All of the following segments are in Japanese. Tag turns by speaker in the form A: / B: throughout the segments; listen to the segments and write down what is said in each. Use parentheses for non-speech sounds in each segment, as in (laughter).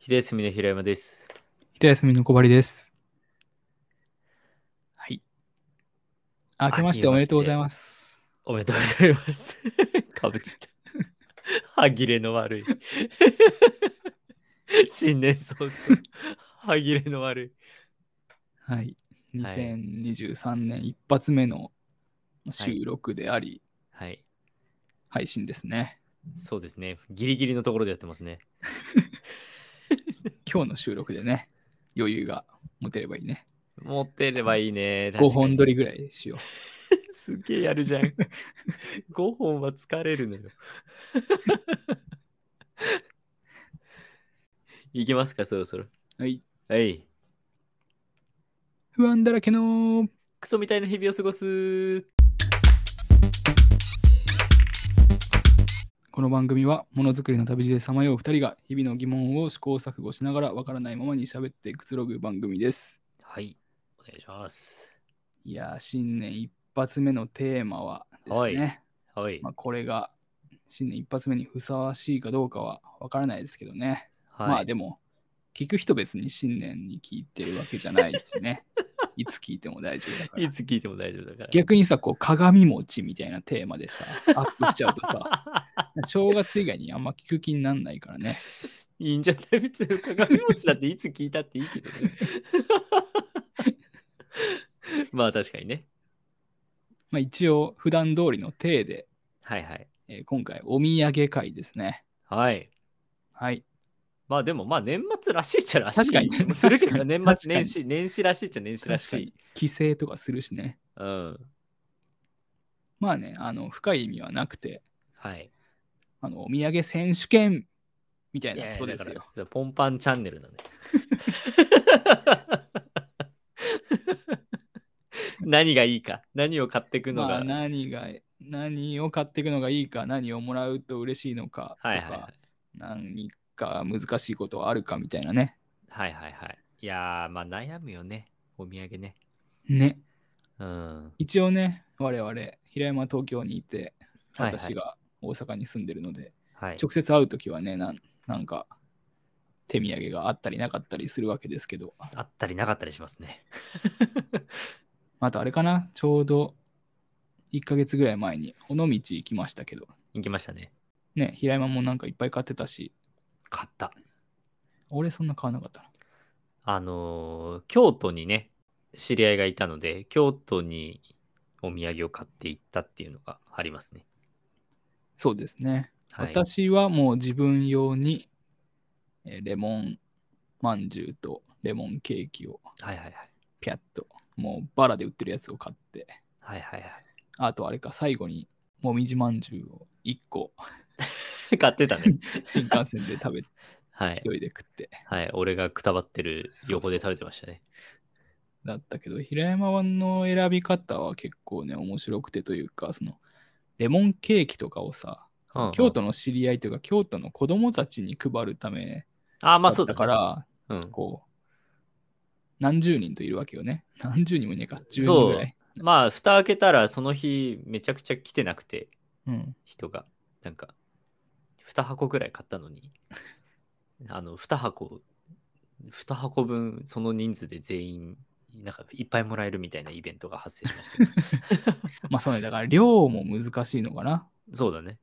A: 秀休みの平山です。
B: 一休みの小針です。はい。あ
A: 明
B: 明
A: け
B: け
A: ま
B: ま
A: し
B: してておめでとうございます。
A: おめでとうござい
B: (laughs)
A: ます。かぶつって。歯切れの悪い。新年早々。歯切れの悪い。
B: はい。
A: はい
B: 2023年一発目の収録であり、
A: はい。
B: 配信ですね。
A: そうですね。ギリギリのところでやってますね。
B: 今日の収録でね、余裕が持てればいいね。
A: 持ってればいいね。
B: 5本
A: り。
B: 撮りぐらいしよ
A: すげえやるじゃん。5本は疲れる
B: (laughs)
A: のよ。いきますか、そろそろ。
B: う。はい。
A: はい。
B: 不安だらけの
A: クソみたいな日々を過ごす。
B: この番組はものづくりの旅路でさまよう2人が日々の疑問を試行錯誤しながらわからないままに喋ってくつろぐ番組です。
A: はい。お願いします。
B: いやー、新年一発目のテーマはですね。
A: はいはい。
B: まあ、これが新年一発目にふさわしいかどうかはわからないですけどね。
A: はい、
B: まあでも、聞く人別に新年に聞いてるわけじゃないし
A: (laughs)
B: ね。いつ聞いても大丈夫だから
A: い。つ聞いても大丈夫だから。
B: 逆にさ、こう鏡餅みたいなテーマでさ、アップしちゃうとさ、 (laughs) 正月以外にあんま聞く気になんないからね。
A: (laughs) いいんじゃない別に鏡餅だっていつ聞いたっていいけど
B: (laughs)
A: ね。まあ確かにね。
B: まあ一応、普段通りの体で、
A: はいはい。
B: えー今回お土産会ですね。
A: はい。
B: はい。
A: まあでもまあ年末らしいっちゃらしい。
B: 確かに
A: でもするけど
B: 確か
A: 年
B: に
A: 末年始、年始らしいっちゃ年始らしい。
B: 帰省とかするしね。
A: うん。
B: まあね、あの深い意味はなくて、
A: はい。
B: あのお土産選手権みたい
A: い
B: な
A: や
B: こ
A: い
B: と
A: や
B: で
A: だ
B: す
A: か
B: よ
A: ら。そうポンパンチャンネル
B: (laughs)
A: なんで。 (laughs) 何がいいか、何を買っていくの
B: ま
A: が。
B: あ、何が何を買っていくのがいいか何をもらうと嬉しいのかとか、
A: はいはいはい。
B: 何か難しいことはあるかみたいなね
A: はいはいはい。いやー、まあ悩むよね。お土産ね。
B: ね
A: うん。
B: 一応ね我々平山は東京にいて
A: はいはい
B: 私が大阪に住んでるので、
A: はい。
B: 直接会う時はねなんなんか手土産があったりなかったりするわけですけど
A: あったりなかったりしますね。
B: あとあれかなちょうど1ヶ月ぐらい前に尾道行きましたけど
A: 行きましたね。
B: ね平山もなんかいっぱい買ってたし
A: 買った。
B: 俺そんな買わなかったな
A: あのー京都にね、知り合いがいたので、京都にお土産を買っていったっていうのがありますね。
B: そうですね
A: はい。
B: 私はもう自分用に、えーレモンまんじゅうとレモンケーキを
A: はいはいはい。
B: ピャッともうバラで売ってるやつを買って
A: はいはいは
B: あとあれか最後にもみじまんじゅうを1個
A: (laughs) い。 (laughs) 買ってたね。
B: 新幹線で食べて
A: は
B: 一
A: い。
B: 人で食って
A: はい。俺がくたばってる横で食べてましたね。
B: だったけど平山の選び方は結構ね面白くてというかそのレモンケーキとかをさ
A: うんうん
B: 京都の知り合いというか京都の子供たちに配るため
A: あー、ま
B: だ
A: あそう
B: っ
A: だ
B: た
A: ね
B: から
A: うん。
B: こう、何十人といるわけよね。 (laughs) 何十人もいねえか、10人
A: そ
B: ぐ
A: う
B: らい。。
A: まあ、蓋開けたら、その日、めちゃくちゃ来てなくて。
B: うん、
A: 人がなんか2箱ぐらい買ったのに (laughs) あの2箱2箱分その人数で全員なんかいっぱいもらえるみたいなイベントが発生しま (laughs) したよ
B: まあそうね、だから量も難しいのかな。
A: そうだね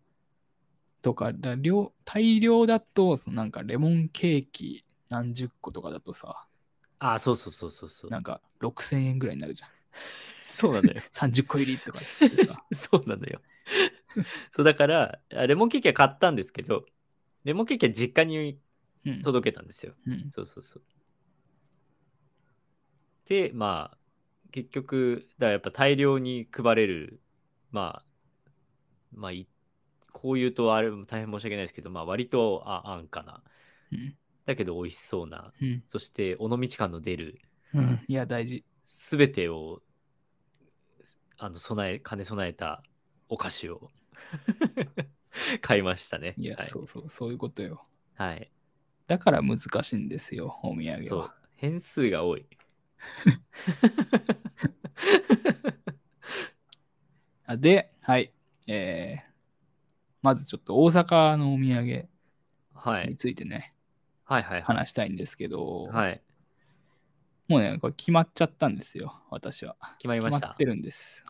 B: とか、だ量大量だと、そのなんかレモンケーキ何十個とかだとさ、
A: あそうそうそうそうそう
B: なんか6000円ぐらいになるじゃん。
A: そうなのよ
B: 30個入りとかっつってさ。
A: (laughs) そうなのよそうだからあレモンケーキは買ったんですけどレモンケーキは実家に
B: うん
A: 届けたんですよ
B: うん
A: そうそうそう。で、まあ、結局、だからやっぱ大量に配れる、まあ、まあ、いこう言うとあれも大変申し訳ないですけど、まあ、割とあ安価な、
B: うん
A: だけど美味しそうな、
B: うん
A: そして尾道感の出る、
B: うん、いや、大事。
A: すべてをあの備え、兼ね備えたお菓子を (laughs) 買いましたね。
B: いや、
A: はい
B: そうそう、そういうことよ。
A: はい。
B: だから難しいんですよ、お土産
A: そう
B: は。。
A: 変数が多い。
B: あで、はい、えーまずちょっと大阪のお土産
A: はい
B: に。ついてね、
A: はいはいはい。
B: 話したいんですけど、
A: はい。
B: もうね、これ決まっちゃったんですよ、私は。
A: 決まりま
B: 決ま
A: し
B: ったて。るんです。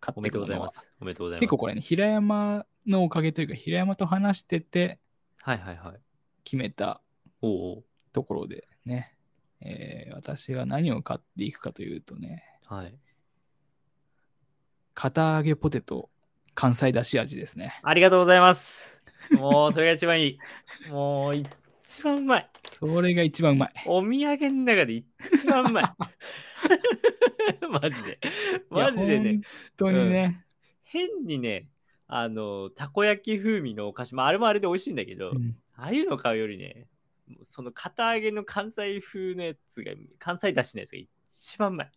B: 買
A: お
B: っ
A: め
B: て
A: でとうご
B: くも
A: ざい
B: の
A: ま
B: は
A: す。おめでとうございます。
B: 結構これね、平山のおかげというか、平山と話してて
A: はいはいはい。
B: 決めた
A: おうお
B: ところでね、えー私が何を買っていくかというとね、
A: う。はい。
B: 堅揚げポテト関西だし味ですね。
A: ありがとうございます。もうそれが一番いい。もう一番うまい。
B: それが一番うまい。
A: お土産の中で一番うまい。 (laughs) マジで。マジで
B: いや
A: ね。。
B: 本当にね。
A: 変にね、あの、たこ焼き風味のお菓子、まあ、あれもあれで美味しいんだけど、
B: うん
A: ああいうの買うよりね、もうその片揚げの関西風のやつが、関西だしのやつが一番うまい。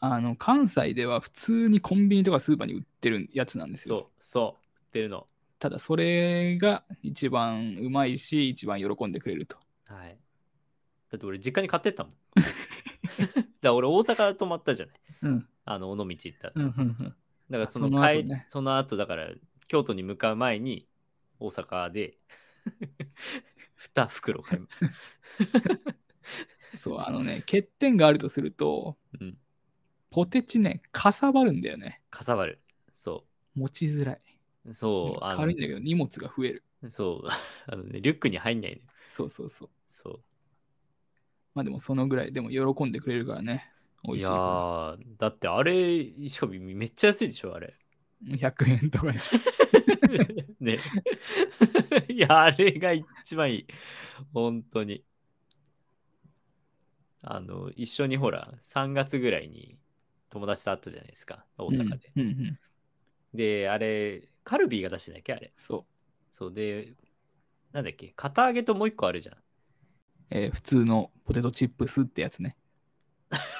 B: あの関西では普通にコンビニとかスーパーに売ってるやつなんですよ。
A: そう、そう、売ってるの。
B: ただそれが一番うまいし、一番喜んでくれると。
A: はい。だって俺、実家に買ってったもん。だから俺、大阪泊まったじゃない。
B: うん。
A: あの、尾道行った。
B: うんうんうん
A: だからそ
B: そ
A: の
B: の
A: 帰
B: 後
A: り
B: ね
A: その後だから京都に向かう前に大阪で2袋買いました。
B: そう、あのね、欠点があるとすると、
A: うん。
B: ポテチね、かさばるんだよね。
A: かさばる。そ
B: 持ちづらい。
A: う。そう。あ
B: 軽いんだけど、荷物が増える。
A: のそう。 (laughs) あのね、リュックに入んないね。
B: そうそうそう。
A: そ
B: まあでもそのぐらい、でも喜んでくれるからね。
A: う。
B: 美
A: い
B: 味しい
A: や
B: か
A: ー、だってあれ、しかもめっちゃ安いでしょ、あれ。
B: ら。100円とかでし
A: (laughs)
B: ょ。
A: ね。いや、あれが一番いい。本当に。あの、一緒にほら、3月ぐらいに友達と会ったじゃないですか、大阪で。
B: うんうんうん。
A: で、あれ、カルビーが出してんだっけあれ。
B: そう。
A: そうで、なんだっけ片揚げともう一個あるじゃん。 (laughs)
B: えー普通のポテトチップスってやつね。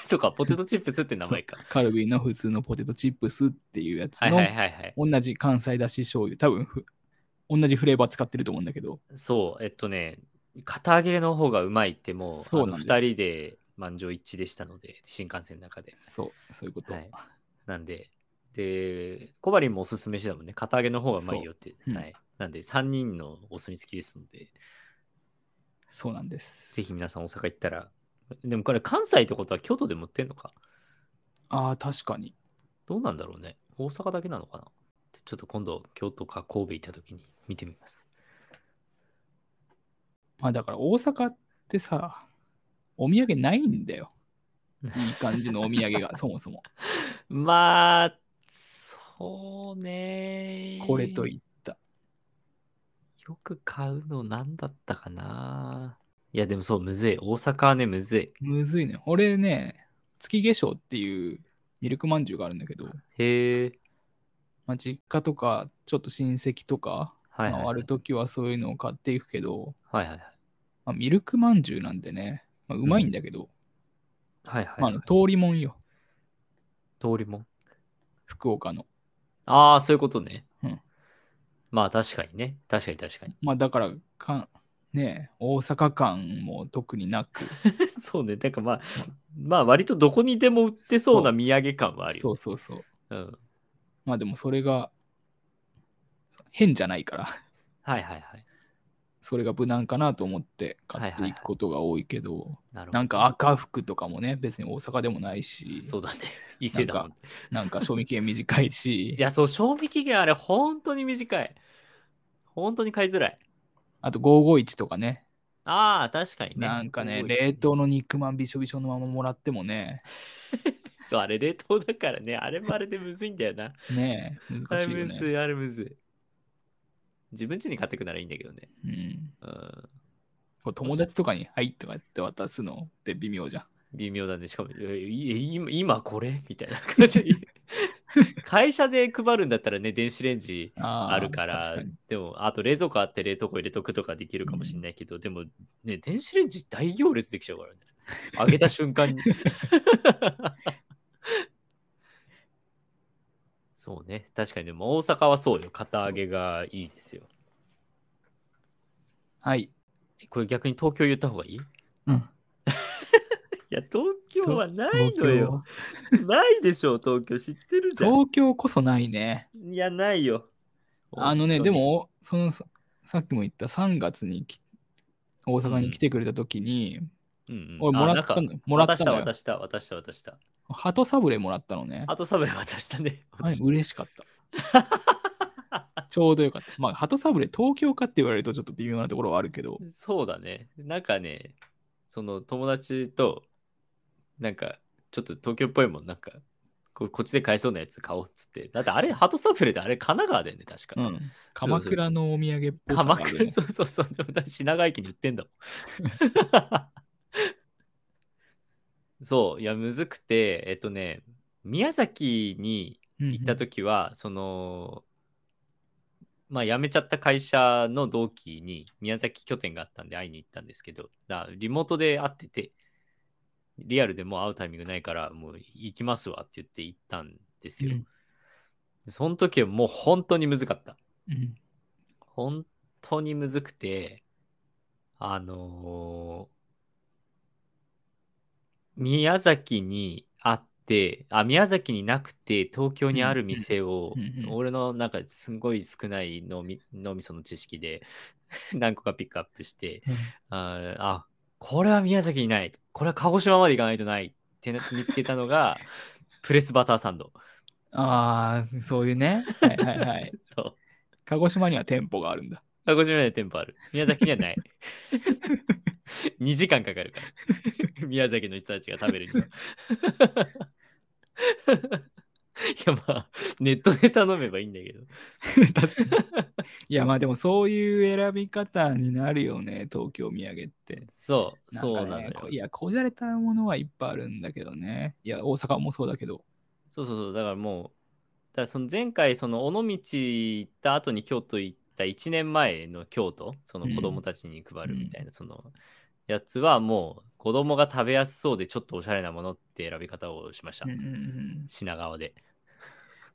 A: そうか、ポテトチップスって名前か。
B: カルビーの普通のポテトチップスっていうやつ
A: はい
B: の
A: はいはいはい。
B: 同じ関西だし醤油多分ふ同じフレーバー使ってると思うんだけど
A: そう、えっとね、片揚げの方がうまいってもう、
B: そうなんです
A: 2人で満場一致でしたので、新幹線の中で。
B: そうそういうこと、
A: はいなんで、で、小針もおすすめしてたもんね、片揚げの方がうまいよって。
B: そううん
A: はい。なんで、3人のお墨付きですので、
B: そうなんです
A: ぜひ皆さん大阪行ったら、でもこれ関西ってことは京都でも売ってんのか
B: ああ確かに
A: どうなんだろうね。大阪だけなのかなちょっと今度、京都か神戸行った時に見てみます。
B: まあだから大阪ってさお土産ないん
A: (laughs)
B: だよいい感じのお土産がそもそも
A: まあ、そうね。
B: これといった
A: よく買うの何だったかな。いや、でもそう、むずい。大阪はね、むずい。
B: むずいね俺ね月化粧っていうミルクまんじゅうがあるんだけど、
A: へえ。
B: まあ、実家とかちょっと親戚とか
A: はい
B: 回
A: はい、はい
B: る。時はそういうのを買っていくけど、
A: はいはいはい。
B: まあ、ミルクまんじゅうなんでね、まあ、うまいんだけど、
A: はいはい
B: まあ、
A: は
B: あ
A: い
B: の通りもんよ
A: 通りもん。
B: 福岡の
A: ああ、そういうことね。
B: うん
A: まあ、確かにね。確かに確かに。
B: まあだからかん、ねえ、大阪間も特になく、
A: (laughs) そうね。なんかまあ、まあ、割とどこにでも売ってそうな土産感はある
B: そ
A: よ。
B: うそうそう。
A: うん。
B: まあでもそれが変じゃないから、 (laughs)
A: はいはいはい。
B: それが無難かなと思って買っていくことが多いけど、
A: なるほど。
B: なんか赤服とかもね、別に大阪でもないし、
A: そう (laughs) だね。伊勢だもん。
B: なんか賞味期限短いし
A: (laughs) い、や、そう、賞味期限あれ、本当に短い。本当に買いづらい。
B: あと551とかね、
A: ああ、確かにね。
B: なんかね、
A: 551
B: 冷凍の肉まんびしょびしょのままもらってもね、
A: そう、あれ冷凍だからね。あれもあれでむずいんだよな。
B: ねえ、
A: あ
B: 難
A: れ
B: しいよ
A: むず
B: ね。
A: い、あれむずい。自分家に買ってくならいいんだけどね。
B: うん、
A: うん。
B: こう友達とかに「はい」とか言って渡すのって微妙じゃん。
A: 微妙だね。しかも、えい今今これみたいな感じ。会社で配るんだったらね、電子レンジ
B: あー
A: あるか
B: 確
A: ら、
B: に
A: でも、あと冷蔵庫あって冷凍庫入れとくとかできるかもしれないけど、でも、ね、電子レンジ大行列できちゃうからね。あげた瞬 (laughs) 間に。そうね、確かに、でも大阪はそうよ、片揚げがいいですよ。
B: はい。
A: これ逆に東京言った方がいいい
B: うん、
A: や、東京はない
B: 東
A: のよ。
B: 京
A: ないでしょう、東京知ってるじゃん。
B: 東京こそないね。
A: いや、ないよ。
B: あのね、
A: 本
B: で
A: 当に、
B: も、そのささっきも言った3月にき大阪に来てくれた時に、
A: うんうん、
B: 俺も
A: あ
B: らった
A: なんか
B: のよ。もらっ
A: 渡
B: た
A: した
B: のよ
A: 渡。した渡した渡した。
B: ハトサブレもらったのね。
A: あとサブレ渡したね。
B: はい、嬉しかった。ちょうどよかった。まあ、鳩サブレ東京かって言われるとちょっと微妙なところはあるけど、
A: そうだね。なんかね、その友達と、なんか、ちょっと東京っぽいもん、なんか、ここっちで買えそうなやつ買おうっつって。だってあれ、ハトサブレであれ、神奈川だよね、確か。
B: うん、鎌倉のお土産っぽさが
A: 鎌
B: あるよ
A: 倉、
B: ね
A: そうそうそう。でもだって品川駅に売ってん
B: (laughs)
A: だもん。そう、いや、むずくて、えっとね、宮崎に行った時は、その、まあ、辞めちゃった会社の同期に宮崎拠点があったんで会いに行ったんですけど、だリモートで会ってて、リアルでもう会うタイミングないから、もう行きますわって言って行ったんですよ。
B: うん
A: その時はもう本当に難かった。
B: うんうん
A: 本当にむずくて、あのー宮崎にあって、あ、宮崎になくて、東京にある店を
B: うんうんう、ん
A: 俺のなんかすごい少ない脳み脳みその知識で (laughs) 何個かピックアップして、
B: うん
A: あーあ、これは宮崎にない、これは鹿児島まで行かないとないってな見つけたの
B: (laughs)
A: が、プレスバターサンド。
B: ああ、そういうね。はいはいはい。
A: (laughs) そう
B: 鹿児島には店舗があるんだ。
A: 鹿児島には店舗ある。宮崎には
B: (laughs)
A: ない。2時間かかるから。宮崎の人たちが食べるには。い (laughs) やまあ、ネットで頼めばいいんだけど。
B: 確かに。いやまあでもそういう選び方になるよね、東京土産って。
A: そう、
B: なん
A: そう
B: か
A: な
B: ね
A: のよ。
B: こいや、こじゃれたものはいっぱいあるんだけどね。いや、大阪もそうだけど。
A: そうそうそう、だからもう、だからその前回、その尾道行った後に京都行った1年前の京都、その子供たちに配るみたいな、そのやつはもう、子供が食べやすそうでちょっとおしゃれなものって選び方をしました。
B: うんうんうん
A: 品川で。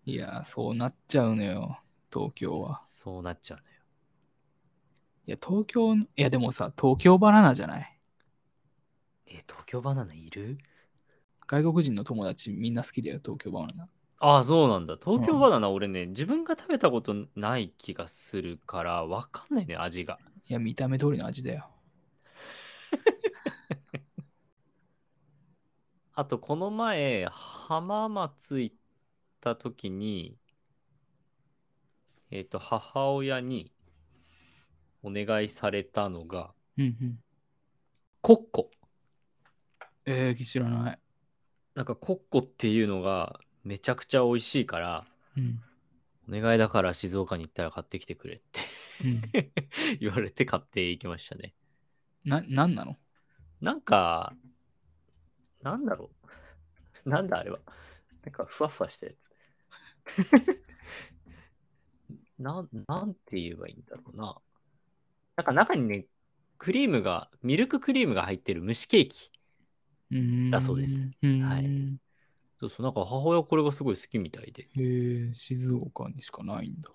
B: いや、そうなっちゃうのよ、東京は。
A: そそうなっちゃうのよ。
B: いや、東京の、いや、でもさ、東京バナナじゃない。
A: え、東京バナナいる
B: 外国人の友達みんな好きだよ、東京バナナ。
A: ああ、そうなんだ。東
B: う
A: 京
B: ん
A: バナナ、俺ね、自分が食べたことない気がするから、わかんないね、味が。
B: いや、見た目通りの味だよ。
A: あと、この前、浜松行った時に、えっ、と、母親にお願いされたのが、
B: うんうん。
A: コッコ。
B: えー、知らない。
A: なんか、コッコっていうのがめちゃくちゃ美味しいから、
B: うん。
A: お願いだから静岡に行ったら買ってきてくれって (laughs)
B: うん、
A: 言われて買っていきましたね。
B: な、なんなの
A: なんか、なんだろう。 (laughs) なんだあれは。なんかふわふわしたやつ。 (laughs) なん、なんて言えばいいんだろうな。なんか中にね、クリームが、ミルククリームが入ってる蒸しケーキ。
B: うーん
A: だそうです。
B: うーん
A: はいそうそう、なんか母親これがすごい好きみたいで。
B: へー静岡にしかないんだ。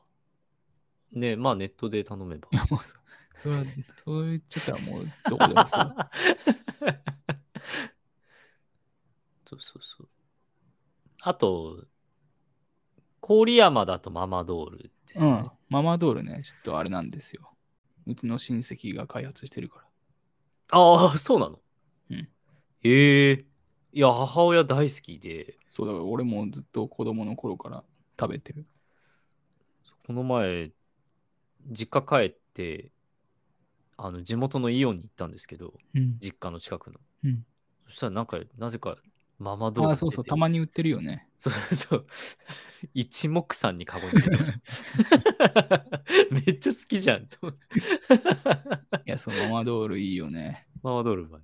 A: ね、まあネットで頼めば
B: い。や、もうそ、それは、そう言っちゃったらもう、どこでも (laughs) そう。
A: そうそうそう。あと、郡山だとママドールです
B: う
A: よね。
B: ん。ママドールね、ちょっとあれなんですよ。うちの親戚が開発してるから。
A: ああ、そうなの。
B: うん。
A: へえ。いや、母親大好きで、
B: そうだから俺もずっと子供の頃から食べてる。
A: この前、実家帰って、あの、地元のイオンに行ったんですけど、
B: うん。
A: 実家の近くの。
B: うん
A: そしたら、なんか、なぜか、ママドール
B: あ、そうそう、たま
A: に。
B: に売ってるよね。
A: (laughs) そうそう。一目散にカゴに入れてました。 (laughs) めっちゃ好きじゃん。と思って
B: (laughs) いや、そう、ママドールいいよね。
A: ママドールうまい。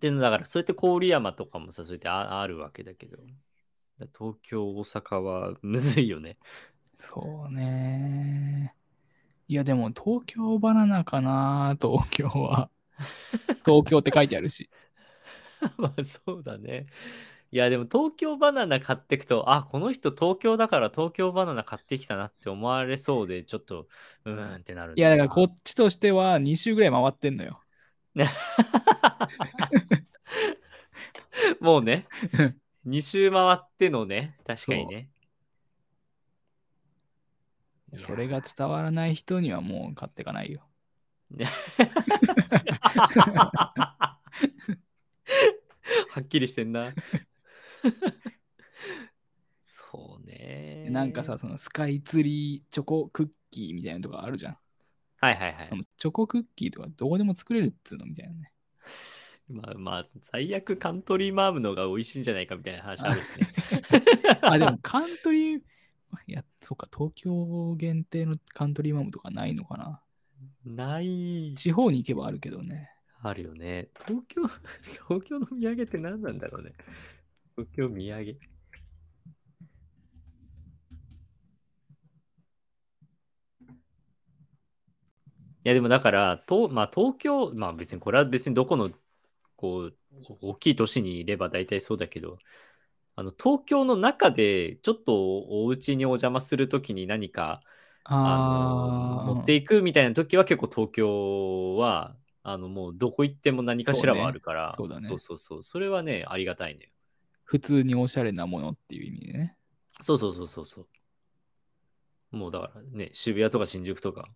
A: で、だから、そうやって郡山とかもさ、そうやってああるわけだけど、だ東京、大阪はむずいよね。
B: そうね。いや、でも東京バナナかな、東京 (laughs) は。東京って書いてあるし。
A: まあ、そうだね。いや、でも東京バナナ買ってくと、あ、この人東京だから東京バナナ買ってきたなって思われそうで、ちょっと、うーんってなるん
B: い
A: だよ
B: や、
A: な
B: だからこっちとしては2週ぐらい回ってんのよ。
A: もうね、2周回ってのね、確かにね。いや
B: それが伝わらない人にはもう買ってかないよ。
A: ね (laughs) はっきりしてんな。そうね。
B: なんかさ、、そのスカイツリーチョコクッキーみたいなとこあるじゃん。
A: はいはいはい。
B: チョコクッキーとかどこでも作れるっつうのみたいなね。
A: まあまあ、最悪カントリーマームのが美味しいんじゃないかみたいな話あるしね。
B: (laughs) あ、でもカントリー、いや、そうか、東京限定のカントリーマムとかないのかな。
A: (laughs) ない。
B: 地方に行けばあるけどね。
A: あるよね。東京、 (laughs) 東京の土産って何なんだろうね。東京土産。いやでもだから、とまあ、東京、まあ別にこれは別にどこのこうお大きい都市にいれば大体そうだけど、あの東京の中でちょっとお家にお邪魔するときに何かあ
B: あー
A: の持っていくみたいな時は結構東京はあのもうどこ行っても何かしらはあるから
B: そうねそうだね
A: そうそうそうそれはねありがたいんだよ
B: 普通におしゃれなものっていう意味でね。
A: そうそうそうそうそうもうだからね渋谷とか新宿とか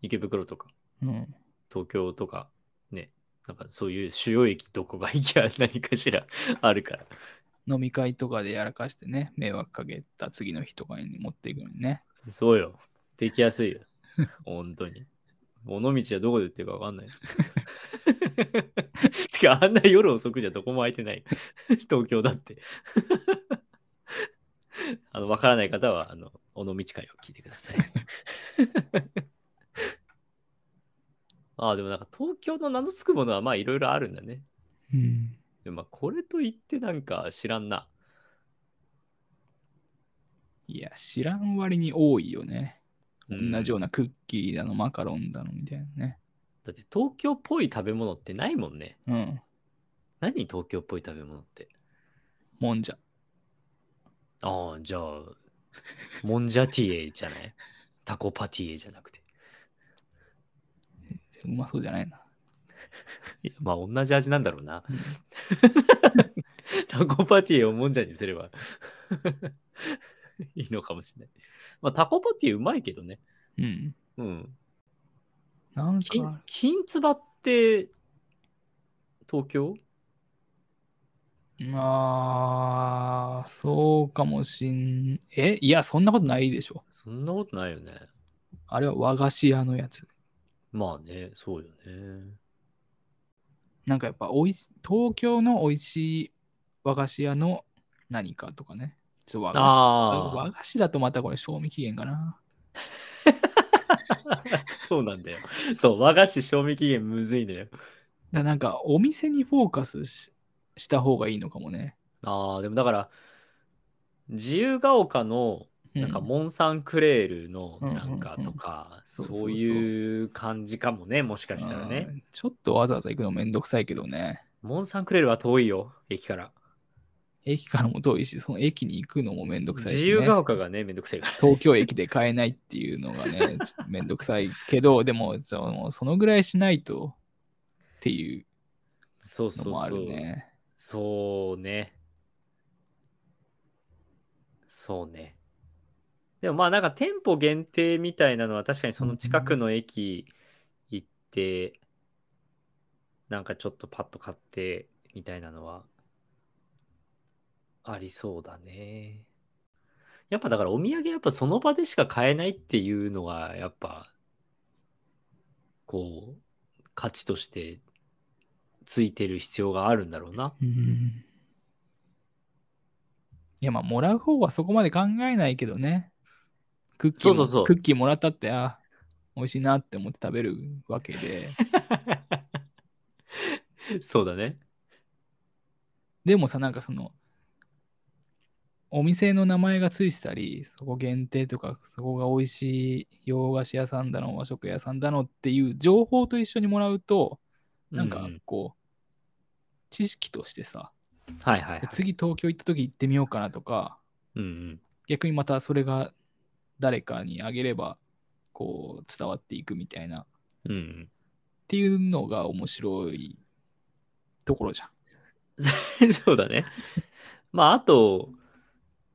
A: 池袋とか
B: うん。
A: 東京とかねなんかそういう主要駅どこが行きゃ何かしらあるから
B: 飲み会とかでやらかしてね、迷惑かけた次の日とかに持っていくのにね。
A: そうよできやすいよ本当に尾道はどこで売ってるか分かんない (laughs) てかあんな夜遅くじゃどこも空いてない東京だって (laughs) あの分からない方はあの尾道会を聞いてください (laughs) ああでもなんか東京の名の付くものはまあいろいろあるんだね
B: うん。
A: でもまあこれといってなんか知らんない
B: や、知らん割に多いよね。
A: うん
B: 同じようなクッキーだの、マカロンだのみたいなね。
A: だって東京っぽい食べ物ってないもんね
B: うん。
A: 何東京っぽい食べ物って
B: もんじゃ。
A: ああ、じゃあ、モンジャティエじゃないタコパティエじゃなくて。
B: うまそうじゃないな。
A: いや、まあ、同じ味なんだろうな
B: うん。
A: タコパティエをモンジャにすれば (laughs) いいのかもしれない。まあ、タコパティエうまいけどね。
B: うん。
A: うん。
B: なん
A: き
B: か、
A: 金つばって、東京
B: まあ、そうかもしん。えいや、そんなことないでしょ。
A: そんなことないよね。
B: あれは和菓子屋のやつ。
A: まあね、そうよね。
B: なんかやっぱおいし、東京の美味しい和菓子屋の何かとかね。ちょっと和菓子和
A: あ
B: 菓子だとまたこれ賞味期限かな。
A: あ、そうなんだよ。そう、和菓子賞味期限むずいんだよ。
B: だなんかお店にフォーカスしした方がいいのかもね。
A: ああ、でもだから、自由が丘の、
B: う
A: なんか、モンサンクレールの
B: うん
A: なんかとか、
B: うんうんうん
A: そういう感じかもね、もしかしたらね
B: う。んちょっとわざわざ行くのめんどくさいけどね。
A: モンサンクレールは遠いよ、駅から。
B: 駅からも遠いし、その駅に行くのもめんどくさいし、ね。
A: 自由が丘がね、めんどくせえから。
B: 東京駅で買えないっていう
A: (laughs)
B: のがね、ちょっとめんどくさいけど、でも、そのそのぐらいしないとっていう
A: そうそう
B: のもあ
A: そ
B: る
A: う。
B: ね。
A: そうね。そうね。でもまあなんか店舗限定みたいなのは確かにその近くの駅行って、なんかちょっとパッと買ってみたいなのはありそうだね。やっぱだからお土産やっぱその場でしか買えないっていうのがやっぱこう価値としてついてる必要があるんだろうな。
B: うんいや、まあ、もらう方はそこまで考えないけどね。クッキーも
A: そうそうそう
B: クッキーもらったって、あ、美味しいなって思って食べるわけで。
A: (laughs) そうだね。
B: でもさ、なんかその、お店の名前がついてたり、そこ限定とか、そこが美味しい洋菓子屋さんだの、和食屋さんだのっていう情報と一緒にもらうと、なん
A: う
B: か
A: う
B: こう、知識としてさ、
A: はいはい、はい。
B: 次東京行った時行ってみようかなとか、
A: うんうん。
B: 逆にまたそれが誰かにあげれば、こう、伝わっていくみたいな、っ
A: うんうん、
B: ていうのが面白いところじゃん。
A: (laughs) そうだね。まああと、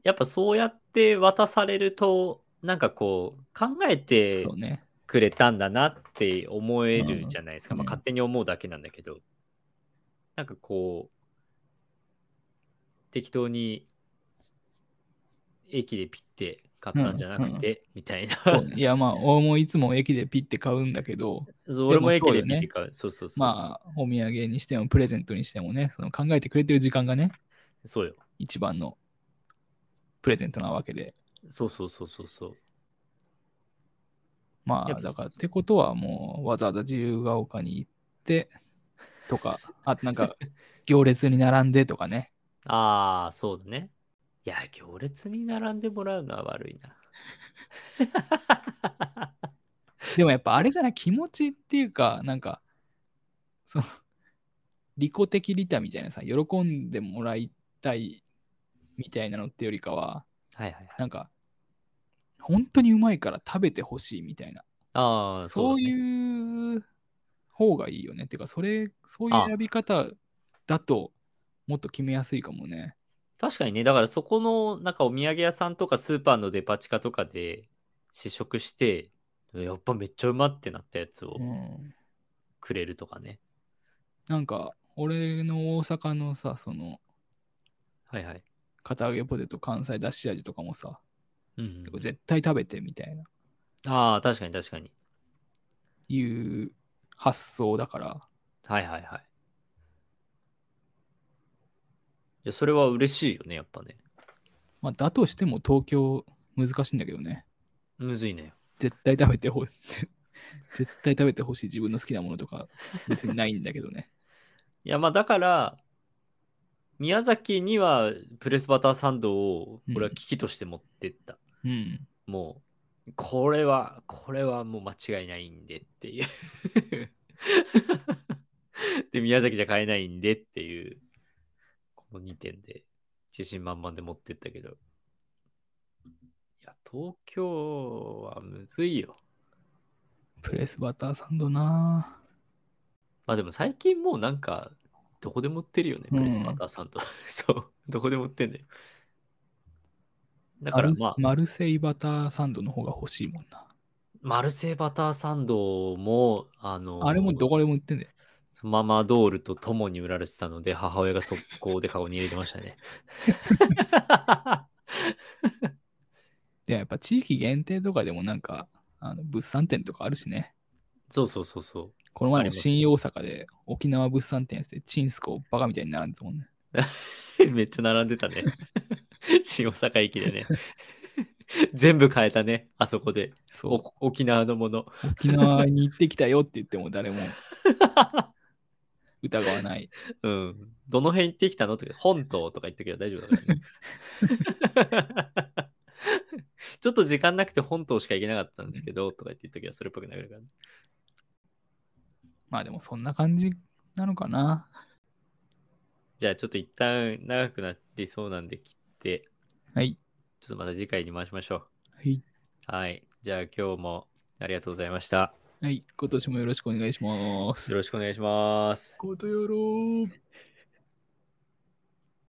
A: やっぱそうやって渡されると、なんかこう、考えて
B: そうね。
A: くれたんだなって思えるじゃないですか、
B: うん
A: まあ、勝手に思うだけなんだけどなんかこう適当に駅でピッて買ったんじゃなくて、みたいな
B: そういやまあ俺もいつも駅でピッて買うんだけど
A: そう (laughs) 俺も
B: で
A: 駅
B: もそう
A: で
B: よね
A: 見て買うそう,、そうそう
B: まあお土産にしてもプレゼントにしてもねその考えてくれてる時間がね
A: そうよ
B: 一番のプレゼントなわけで
A: そうそうそうそうそう
B: ま
A: やっぱ
B: あだからってことはもうわざわざ自由が丘に行ってとかあとなんか (laughs) 行列に並んでとかね
A: ああそうだねいや行列に並んでもらうのは悪いな
B: でもやっぱあれじゃない気持ちっていうかなんかその利己的利他みたいなさ喜んでもらいたいみたいなのってよりかは
A: はいはいはい
B: なんか本当にうまいから食べてほしいみたいな
A: ああ
B: そう
A: だね
B: いう方がいいよね。てか、それ、そういう選び方だと、もっと決めやすいかもね。
A: 確かにね、だからそこのなんかお土産屋さんとかスーパーのデパ地下とかで試食して、やっぱめっちゃうまってなったやつを
B: うん、
A: くれるとかね。
B: なんか、俺の大阪のさ、その、
A: はいはい。
B: 片揚げポテト関西だし味とかもさ、
A: うんうん、
B: 絶対食べてみたいな、
A: ああ、確かに確かに。
B: いう発想だから、
A: はいはいはい。いや、それは嬉しいよね、やっぱね。
B: まあ、だとしても東京難しいんだけどね。
A: むずいね。
B: 絶対食べてほしい。 (laughs) 絶対食べてほしい自分の好きなものとか別にないんだけどね。
A: いや、まあだから、宮崎にはプレスバターサンドを俺は危機として持ってった。
B: うん。
A: もう、これは、これはもう間違いないんでっていう。 (laughs) で、宮崎じゃ買えないんでっていう、この2点で自信満々で持ってったけど。いや、東京はむずいよ。
B: プレスバターサンドなぁ。
A: まあでも最近もうなんか、どこでも売ってるよね、
B: うん
A: プレスバターさんと。 (laughs) そう、どこでも売ってんだよ。だから
B: マルセ
A: まあ、
B: マルセイバターサンドの方が欲しいもんな。
A: マルセイバターサンドも、あの、
B: あれもどこでも売ってんだよ。
A: そのママドールと共に売られてたので、母親が速攻で顔に入れてました
B: (laughs)
A: ね。
B: で、やっぱ地域限定とかでもなんか、あの物産展とかあるしね。
A: そうそうそうそ
B: この前
A: あり
B: の
A: ます
B: 新大阪で沖縄物産展やってて、チンスコバカみたいに並んでたもんね。
A: う。 (laughs) めっちゃ並んでたね。新大阪駅でね。 (laughs) 全部変えたね、あそこで。
B: そ
A: お沖縄のもの。
B: う。沖縄に行ってきたよって言っても誰 (laughs) も疑わない。
A: うん。どの辺行ってきたのとか、本島とか言っとけば大丈夫だからね。 (laughs) ちょっと時間なくて本島しか行けなかったんですけど、とか言って言っとけばそれっぽくなるからね。
B: まあでもそんな感じなのかな。
A: じゃあちょっと一旦長くなりそうなんで切って、
B: はい。
A: ちょっとまた次回に回しましょう。
B: はい。
A: はい。じゃあ今日もありがとうございました。
B: はい。今年もよろしくお願いします。
A: よろしくお願いします。
B: ことよろー。